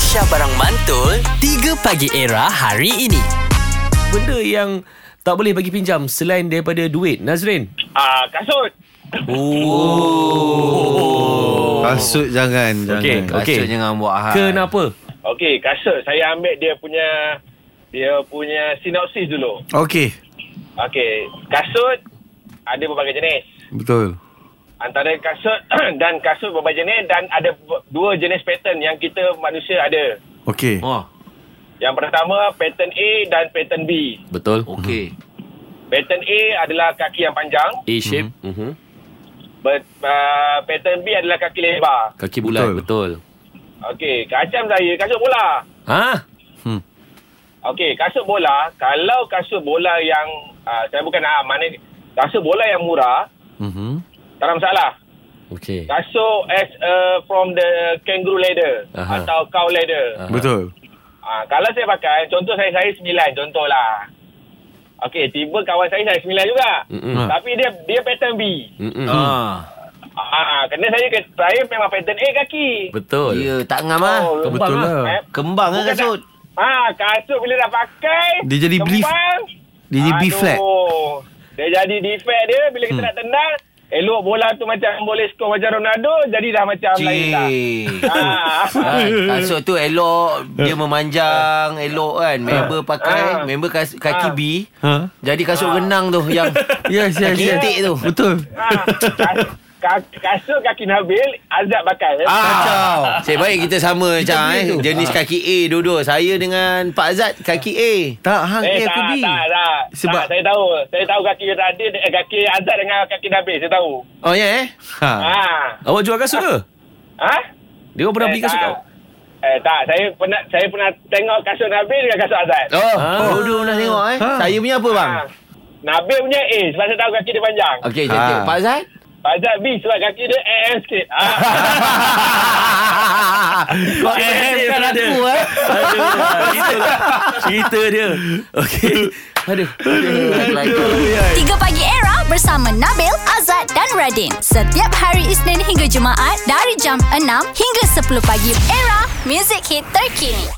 Syah Barang Mantul 3 Pagi Era hari ini Benda yang tak boleh bagi pinjam selain daripada duit. Nazrin. Ah, kasut. Kasut jangan Okey, Hmm, jangan. okey. Kasut jangan buat hal Kenapa? Okey, kasut. Saya ambil dia punya dia punya sinopsis dulu. Okey Okey, kasut ada berbagai jenis. Betul Antara kasut dan kasut berbagai jenis dan ada b- dua jenis pattern yang kita manusia ada. Okey Oh, Yang pertama pattern A dan pattern B. betul. Hmm. Okey Pattern A adalah kaki yang panjang, A shape. Mhm. but, uh, pattern B adalah kaki lebar. Kaki bulat, betul. Okey, macam saya kasut bola. Ha? Okey, kasut bola, kalau kasut bola yang uh, saya bukan ah, mana kasut bola yang murah, mm-hmm. tak ada masalah. Okey. Kasut as uh, from the kangaroo leather Aha. atau cow leather. Aha. Betul Ah, kalau saya pakai, contoh saya saya sembilan contohlah. Okey, tiba kawan saya saya sembilan juga. Mm-mm. Ha. Tapi dia dia pattern B. Mhm. Ah, Ah, ah, kerana saya saya memang pattern A kaki. Betul. Ya, tak ngam ah. Oh, Kembang Betul lah. lah eh, Kembang ke Bukan kasut? Ah, kasut bila dah pakai Dia jadi belief. kembang. Dia jadi B-flat Aduh. Dia jadi defect dia bila kita nak tendang, elok bola tu macam boleh skor macam Ronaldo, jadi dah macam lain dah. Cik. Ah. Kan, kasut tu elok Dia memanjang Elok kan Member Ah. pakai Member kas, kaki Ah. B Ha? Jadi kasut Ah. renang tu Yang Yes yes Kaki yes itik tu. Betul Ah, kas- ka- kasut kaki Nabil Azab pakai Ah, Kacau Saya baik kita sama macam eh Jenis kaki A dua-dua Saya dengan Pak Azad Kaki A Tak hang Eh, eh, aku tak, B tak, tak, Sebab- tak, saya tahu. Saya tahu kaki Radin, eh, kaki Azad dengan kaki Nabil, saya tahu. Oh ya eh ha. Ha. Awak jual kasut ke? Ha? Dia orang Ah. Eh, pernah beli kasut kau? Eh, tak. Saya pernah saya pernah tengok kasut Nabil dengan kasut Azad. Oh Ah. Dua-dua pernah tengok eh Ah. Saya punya apa bang Ha. Nabil punya A sebab saya tahu kaki dia panjang. Okey cantik Ah. Pak Azad Azad B sebab lah, kaki dia AM sikit. Ha. Kau Eh, kan lah ada. aku eh Cerita dia. Okey. Aduh. Aduh. 3 Pagi Era bersama Nabil, Azad dan Radin. Setiap hari Isnin hingga Jumaat dari jam 6 hingga 10 pagi. Era, music hit terkini.